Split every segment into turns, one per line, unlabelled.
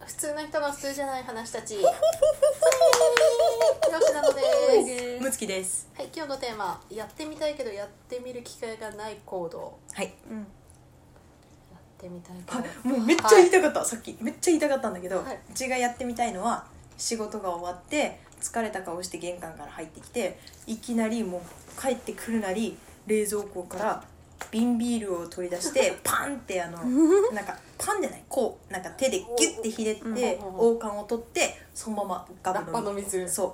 普通の人が普通じゃない話たち。はい広瀬なのです。
むつきです
はい、今日のテーマ、やってみたいけどやってみる機会がない行動。
はい、
うん、
やってみたいけど。
はい、もうめっちゃ言いたかった、さっきめっちゃ言いたかったんだけど、
はいう
ちがやってみたいのは仕事が終わって疲れた顔して玄関から入ってきていきなりもう帰ってくるなり冷蔵庫から瓶ビールを取り出してパンってあのなんかパンでないこうなんか手でギュッてひねって
うん
王冠を取ってそのままガ
ラッパ
ブ飲
の水
み。そう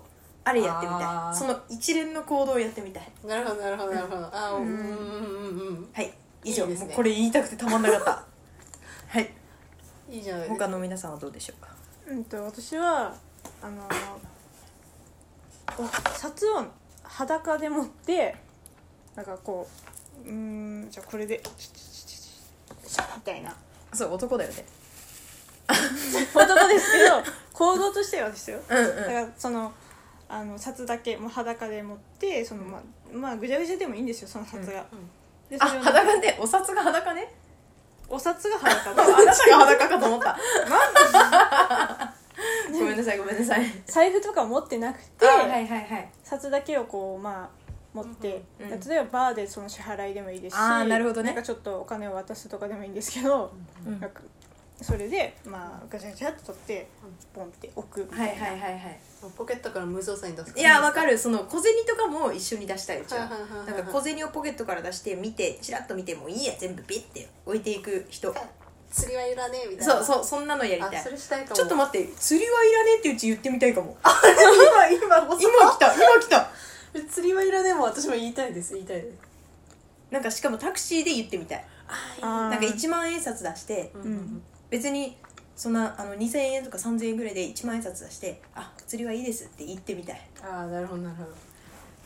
あれやってみ
あ
た
ー
いその一連の行動をやってみたい
なるほど、なるほど、なるほど。あー、う、
うんん
うん、うん、うん。
はい以上
いいですね
もうこれ言いたくてたまんな かったはい
いいじゃないです
他
か。
の皆さんはどうでしょうか
うんと私はあのお札を裸で持ってなんかこううーんじゃあこれでチュチュチュチュチュシャッみたいな
そう男だよね
男ですけど行動としてはですよ
うんうん
だからそのあの札だけもう裸で持ってそのまあまあぐちゃぐちゃでもいいんですよその札が、
うん
で
あ
それを
裸ねお札が裸 ね
お札が
あ
裸
な
で
たが裸かと思ったごめんなさいごめんなさい
財布とか持ってなくて、
いはい
札だけをこうまあ持って、
うんうん
例えばバーでその支払いでもいいですし
あーなるほどね
んかちょっとお金を渡すとかでもいいんですけど、
うん
なんかそれでまあガチャガチャっと取ってポンって置くみたいな、
いはい
ポケットから無造作に出す。
いやわか。るその小銭とかも一緒に出したいうち
は
はい
はいはいはい
なんか小銭をポケットから出して見てチラッと見てもういいや全部ピッて置いていく人
釣りはいらねえみたいな。
そうそうそんなのやり
あ
たい
それしたいかも。
ちょっと待って釣りはいらねえってうち言ってみたいかも
今、今、今
今来た今来た
釣りはいらねえもん私も言いたいです言いたいです
なんかしかもタクシーで言ってみたい
あー
なんか1万円札出して
うん
ん
う
うんん
別にそんなあの2000円とか3000円ぐらいで1万円札出して「あ釣りはいいです」って言ってみたい
ああなるほどなるほど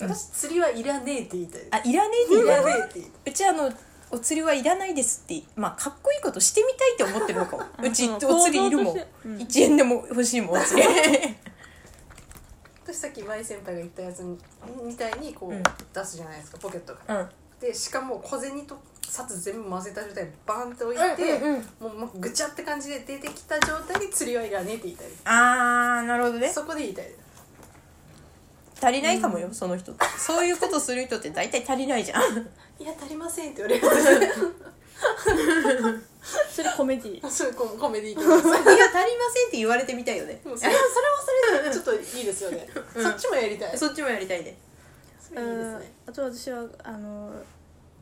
うん
私釣りはいらねえって言いたいです
あいらねえって
い
言
ら
わ
ね
な
え
い
って言いう
ちあのお釣りはいらないですってまあかっこいいことしてみたいって思ってるのかもうち
うん
お釣りいるも
行動としてうんん
1円でも欲しいもんお釣り
私さっき舞先輩が言ったやつにみたいにこう、
うん
出すじゃないですかポケットから
うん
でしかも小銭と札全部混ぜた状態でバンって置いて、
うんうんうん
もうもうぐちゃって感じで出てきた状態で釣りはいらねえって言いたいです
あーなるほどね
そこで言いたいです
足りないかもよその人ってそういうことする人って大体足り ないじゃん
いや足りませんって言われる
それコメディ
そうこうコメディー系です
いや足りませんって言われてみたいよね
でもそれはそれはそれでちょっといいですよね、
うん
そっちもやりたいそ
そっちもやりたいね
れいいですね
あと私はあの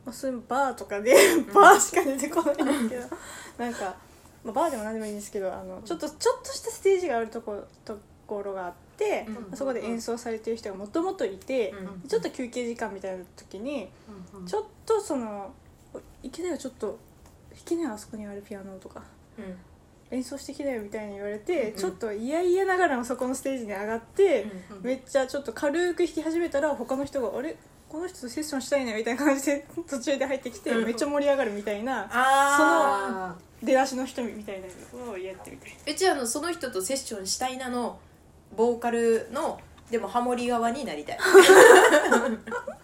まあそういうバーとかでバーしか出てこないんですけど、なんか、まあ、バーでも何でもいいんですけどあのちょっとちょっとしたステージがあるとこところがあって、
うん
まあそこで演奏されてる人がもともといて、
うん
ちょっと休憩時間みたいな時に
うんうん
ちょっとその「いけないよちょっと弾けないよあそこにあるピアノ」とか
うん
「演奏してきなよ」みたいに言われて、
うん
ちょっと嫌々ながらもそこのステージに上がって。
うん
うん
めっちゃちょっと軽く弾き始めたら他の人が「あれこの人とセッションしたいね」みたいな感じで 途中で入ってきて
うん
めっちゃ盛り上がるみたいな
ああ
あー
出だしの人みたいなのをやってみたいう
ちはあのその人とセッションしたいなのボーカルのでもハモリ側になりたい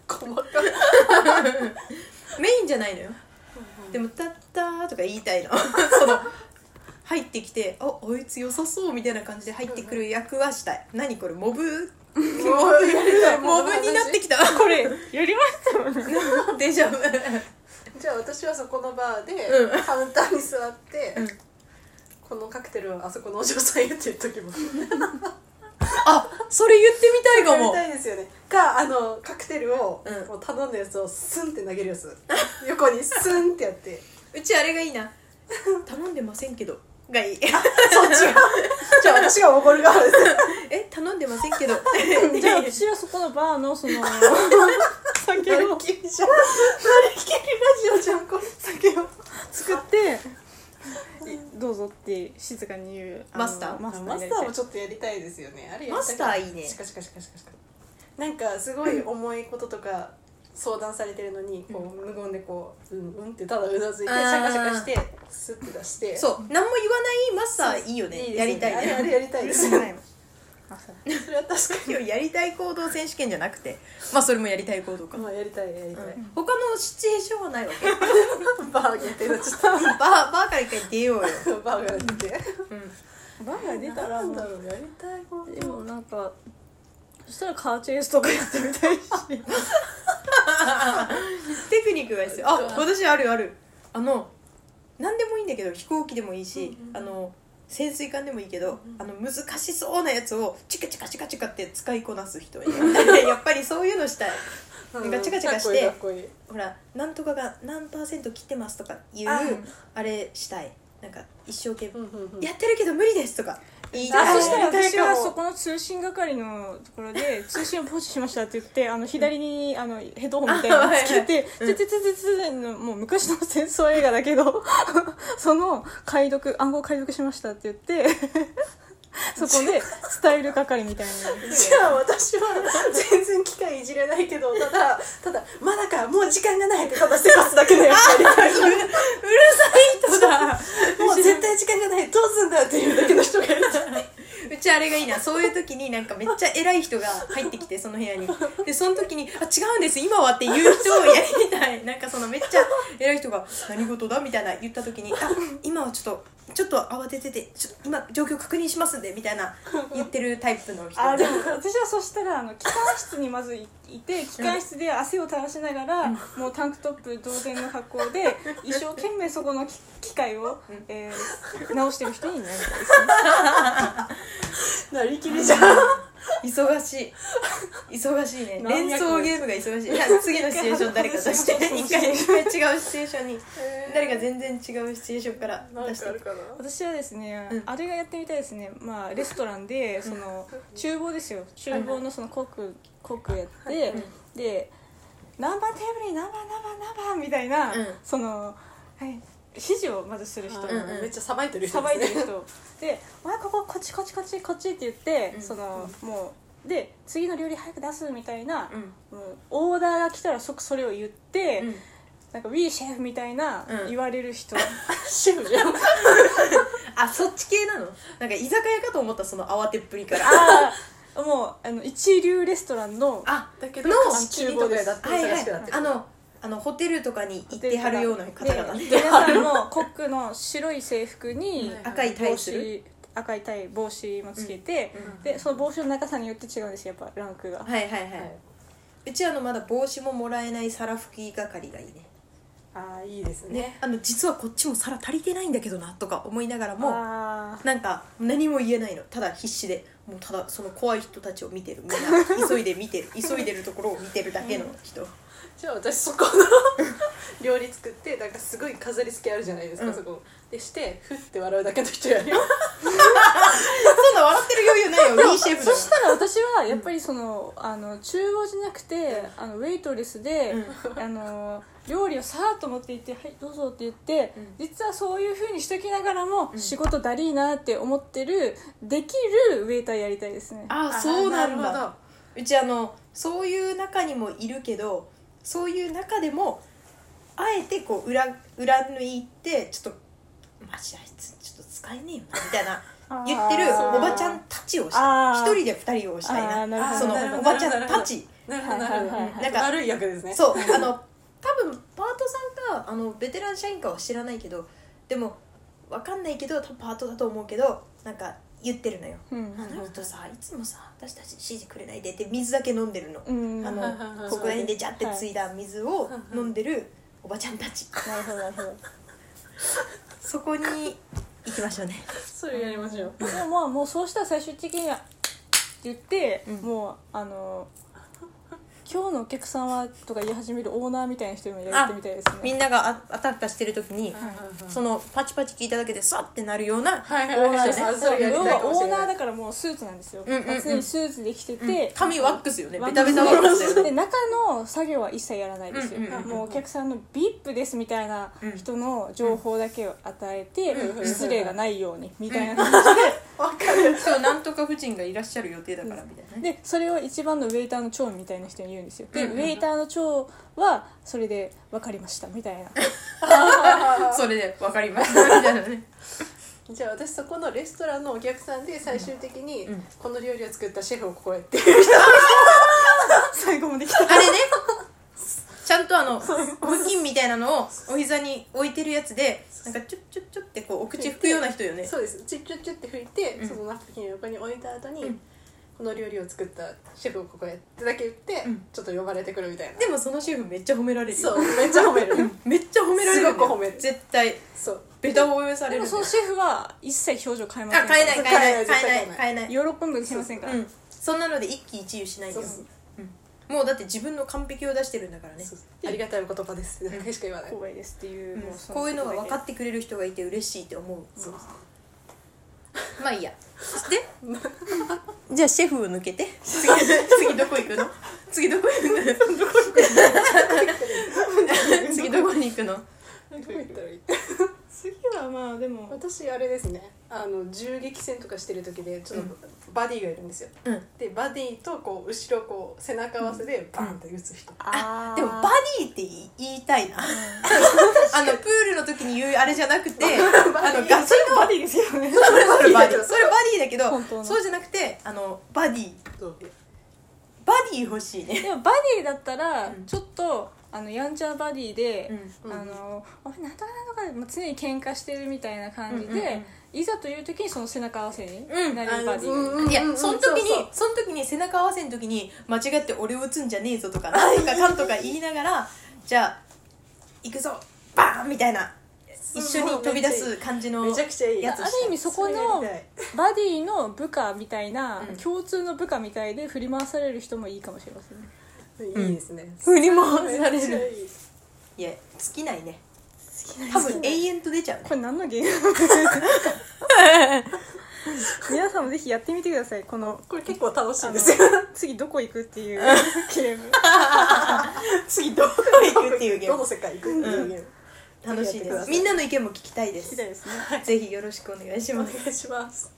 細かい
メインじゃないのよでも「たったー」とか言い たいのその入ってきて「ああいつ良さそう」みたいな感じで入ってくる役はしたい何これモブモブモブになってきたこ れ
やりましたもんね
デジャブ
じゃあ私はそこのバーで、
うん
カウンターに座って、
うん
このカクテルはあそこのお嬢さんやってる時も
あそれ言ってみたいか
やり
も
たいですよねかあのカクテルを、
うん
もう頼んだやつをスンって投げるやつ横にスンってや って
うちあれがいいな頼んでませんけどがいい
そっちがじゃあ私がおごる側 です
え頼んでません けど
じゃあ私はそこのバーのその 酒
なり
を
きりじゃんなりきりラジオじゃんこれ
酒を作ってどうぞって静かに言うあの
マスター
マスター
マ
にな
ス
り
タ
た
ー
い
もちょっとやりたいですよねあれやりたい
マスターいいね
シカシカシカシカシカなんかすごい重いこととか相談されてるのにこう無言でこううんうんってただうなずいて
あ
シャ
ー
カシャカしてスッて出して
そう何も言わないマスターいいよね
です
やりたい
あれ
ね
あれやりたいですね
ないもんマスター
それは確か
今日やりたい行動選手権じゃなくてまあそれもやりたい行動か、
にまあやりたいやりたい、
うん他のシチュエーションはないわけ
バー限定になっちゃっ
バーバーから一回出ようよ、
たバーが出て、
うん
バンが出たら
な
も
んだ
う
ろうやりたいこと
でもなんかそしたらカーチェイスとかやってみたいし
テクニックが必要あ私あるあるあの何でもいいんだけど飛行機でもいいし、
うんうん
あの潜水艦でもいいけ
う
ど、
ん
あの難しそうなやつをチカチカチカチカって使いこな す人にやっぱりそういうのしたい
うん
ガチガチガして
かっこいいかっ
ほらなんとかが何パーセント切ってますとかいう
あ
あれしたいなんか一生懸
こいい
命、
うんうんうん
やってるけど無理ですとか言い
あ
た
そ
い
したら
確かに
私はそこの通信係のところで「通信をポチしました」って言ってあの左にあのヘッドホンみたいなのつけて「
うん
つつつつつ」のもう昔の戦争映画だけどその解読暗号解読しましたって言ってそこで伝える係みたいな
じゃあ私は全然機械いじれないけどた だただまだかもう時間がないってただせかすだけでやっぱりうるさい人だもう絶対時間がないどうすんだっていうだけの人がいる
うちあれがいいなそういう時になんかめっちゃ偉い人が入ってきてその部屋にでその時に「あ違うんです今は」って言う人をやりたいなんかそのめっちゃ偉い人が「何事だ?」みたいな言った時に「あ今はちょっとちょっと慌てててちょっと今状況確認しますんで」みたいな言ってるタイプの人
あでも私はそしたらあの機関室にまずいいて機関室で汗を垂らしながらもうタンクトップ同然の格好で一生懸命そこの機機械を、えー直してる人になりたいですね
なりきりじゃん
忙しい忙し いね
何
連
百
想ゲームが忙しいいや次のシチュエーション誰か出して一回一回違うシチュエーションに誰か全然違うシチュエーションから
なん
出して
かあるかな
私はですね、
うん
あれがやってみたいですねまあレストラン でその厨房ですよ厨房のそのコックコックやって、で何番テーブルに何番何番何番みたいな、
うん
その、はい、指示をまずする人、
あ
うん
ーめっちゃさばいてる人
さ
で
ばいてる
すね
人で「お前こここっちこっちこっちこっち」って言って、
うん
そのもうで次の料理早く出すみたいな、
うん
もうオーダーが来たら即それを言って、
うん
なんか「We シェフ」みたいな
うん
言われる人、
シェフじゃん
あそっち系なのなんか居酒屋かと思ったその慌てっぷりから
ああもうあの一流レストランの
あだけど
の
は
厨房でだって
い
忙
は
しくなっ
い
て
あのあのホテルとかに行ってはるような方々ね
で皆さんもコックの白い制服に
はい
赤いタ
帽
イする
子赤いタイ帽子もつけて、
うんうん
でその帽子の長さによって違うんですよやっぱランクが、
はいはいはい、
はいう
ちあのまだ帽子ももらえない皿拭き係がいいね
あーいいです
ね
ね
あの実はこっちも皿足りてないんだけどなとか思いながらも
あ
なんか何も言えないのただ必死でもうただその怖い人たちを見てるみん な急いで見てる急いでるところを見てるだけの人、
じゃあ私そ この料理作ってなんかすごい飾り付けあるじゃないですか、
うん
そこでしてふって笑うだけの人やるよ
そんな笑ってる余裕ないよいいシェフだ
そ
よ
したら私はやっぱりそのあの厨房じゃなくてあのウェイトレスで、あの料理をさーっと持って行って「はいどうぞ」って言って、
うん
実はそういうふうにしときながらも、
うん
仕事だりーなーって思ってるできるウェイターやりたいですね
あそうなん
なるほ
だうちあのそういう中にもいるけどそういう中でもあえてこう裏裏抜いてちょっと「マジあいつちょっと使えねえよな」みたい な言ってるおばちゃんたちをした
あ
い
ー
一人で二人をした
あー
い
なるほ
な
ど
その
なるほど
おばちゃんたち
なるほどなるほど、
はいはいはいはい
なんか
悪い役ですね
そうあの多分パートさんかあのベテラン社員かは知らないけどでもわかんないけど多分パートだと思うけどなんか言ってるのよ
うん
あの人さいつもさ私たち指示くれないでって水だけ飲んでるの、
うん
あ
な
の
る
国内でジャってついだ水を飲んでるおばちゃんたち
ほどなるほど
そこに行きましょうね
それやりましょう
でもまあもうそうしたら最終的にはって言って、
うん
もうあの今日のお客さんはとか言い始めるオーナーみたいな人にも
あ
やってみたいですね
みんながああたふたしてる時にそのパチパチ聞いただけでさってなるような
はいはい
オーナ
は
ー
い
です
そうそれやり
要
たい
は
かもし
オー
れ
ナー
な
だ
い
からもうスーツなんですよ、
うんうんうん
常にスーツで着てて、
髪ワックスよね
ワ
ベ
ッ
タ
ク
ベ
ス
タワックスだよね
で中の作業は一切やらないですよ、
うんうんうんうん
もうお客さんの VIP ですみたいな人の情報だけを与えて、
うん
うん
失礼がないようにみたいな感じ
わかるそうなんとか夫人がいらっしゃる予定だからみたいなね
でそれを一番のウェイターの長みたいな人に言うんですよで、
うんうん
ウェイターの長はそれで分かりましたみたいな
それでわかりましたみたいなね
じゃあ私そこのレストランのお客さんで最終的に
うん
この料理を作ったシェフをこうやって
最後まで来た
あれねちゃゃんとあの布巾みたいなのをお膝に置いてるやつでなんかチュッチュッチュッってこうお口拭くような人よね
そうですチュッチュッチュッって拭いて、
うん
そのナプキンを横に置いた後に、
うん
この料理を作ったシェフをここへってだけ言って、
うん
ちょっと呼ばれてくるみたいな
でもそのシェフめっちゃ褒められるよ
そうめっちゃ褒める
うんめっちゃ褒められるよね
すごく褒める
絶対
そう
ベタ褒めされ
で
る
も
ね
そのシェフは一切表情変えません
あ変えない変えない変えない
絶対
変えない
ヨーロッパ分しませんから、
うんそんなので一喜一憂しないで
そう
よ
そう
もうだって自分の完璧を出してるんだからね
そうありがたいお言葉です何回しか言わない、
光栄ですっていう,、
うん
もそ
こういうのが分か
っ
ってくれる人がいて嬉しいって思う
そうそう
まあいいやで じゃあシェフを抜けて次次どこ行くの次 どこ行くの次どこに行くの
どこ行ったらいい
次はまあでも
私あれですねあの銃撃戦とかしてる時でちょっとバディがいるんですよ、
うん
でバディとこう後ろこう背中合わせでバンって撃つ人、
あ
でもバディって言い言いたいな あのプールの時に言うあれじゃなく てあのガチの
ディですよね
それバ ディそれバディだけど
本当の
そうじゃなくてあのバディ
そう
バディ欲しいね
でもバディだったら
うん
ちょっと、あのやんちゃバディで、
うん
あのお前なんとかなんとかでもう常に喧嘩してるみたいな感じで、
うんうん
いざという時にその背中合わせに
うん
なれるバデ
あ
ィがいる、
のうん
いやその時に
そう
その時に背中合わせの時に間違って俺を打つんじゃねえぞとかなんとかかんとか言いながらじゃあ行くぞバーンみたいな一緒に飛び出す感じの
めちゃくちゃいい
やつ
ある意味そこのバディの部下みたいな、
うん
共通の部下みたいで振り回される人もいいかもしれませんね
いいですね、
振り回さ
めっ
れ
ちゃ
る
いい
いや尽きないね多分永遠と出ちゃうね
これ何のゲーム 皆さんもぜひやってみてくださいこの
これ結構楽し
あ
い
の
ですよ
次どこ行くっていうゲーム
次どこ 行くっていうゲー
どの
ム
世界行くっていうゲーム、
楽しい
やって
で
くだ
す
さい
みんなの意見も聞きたいです
みたいですね
ぜひよろしくお願いします
お願いします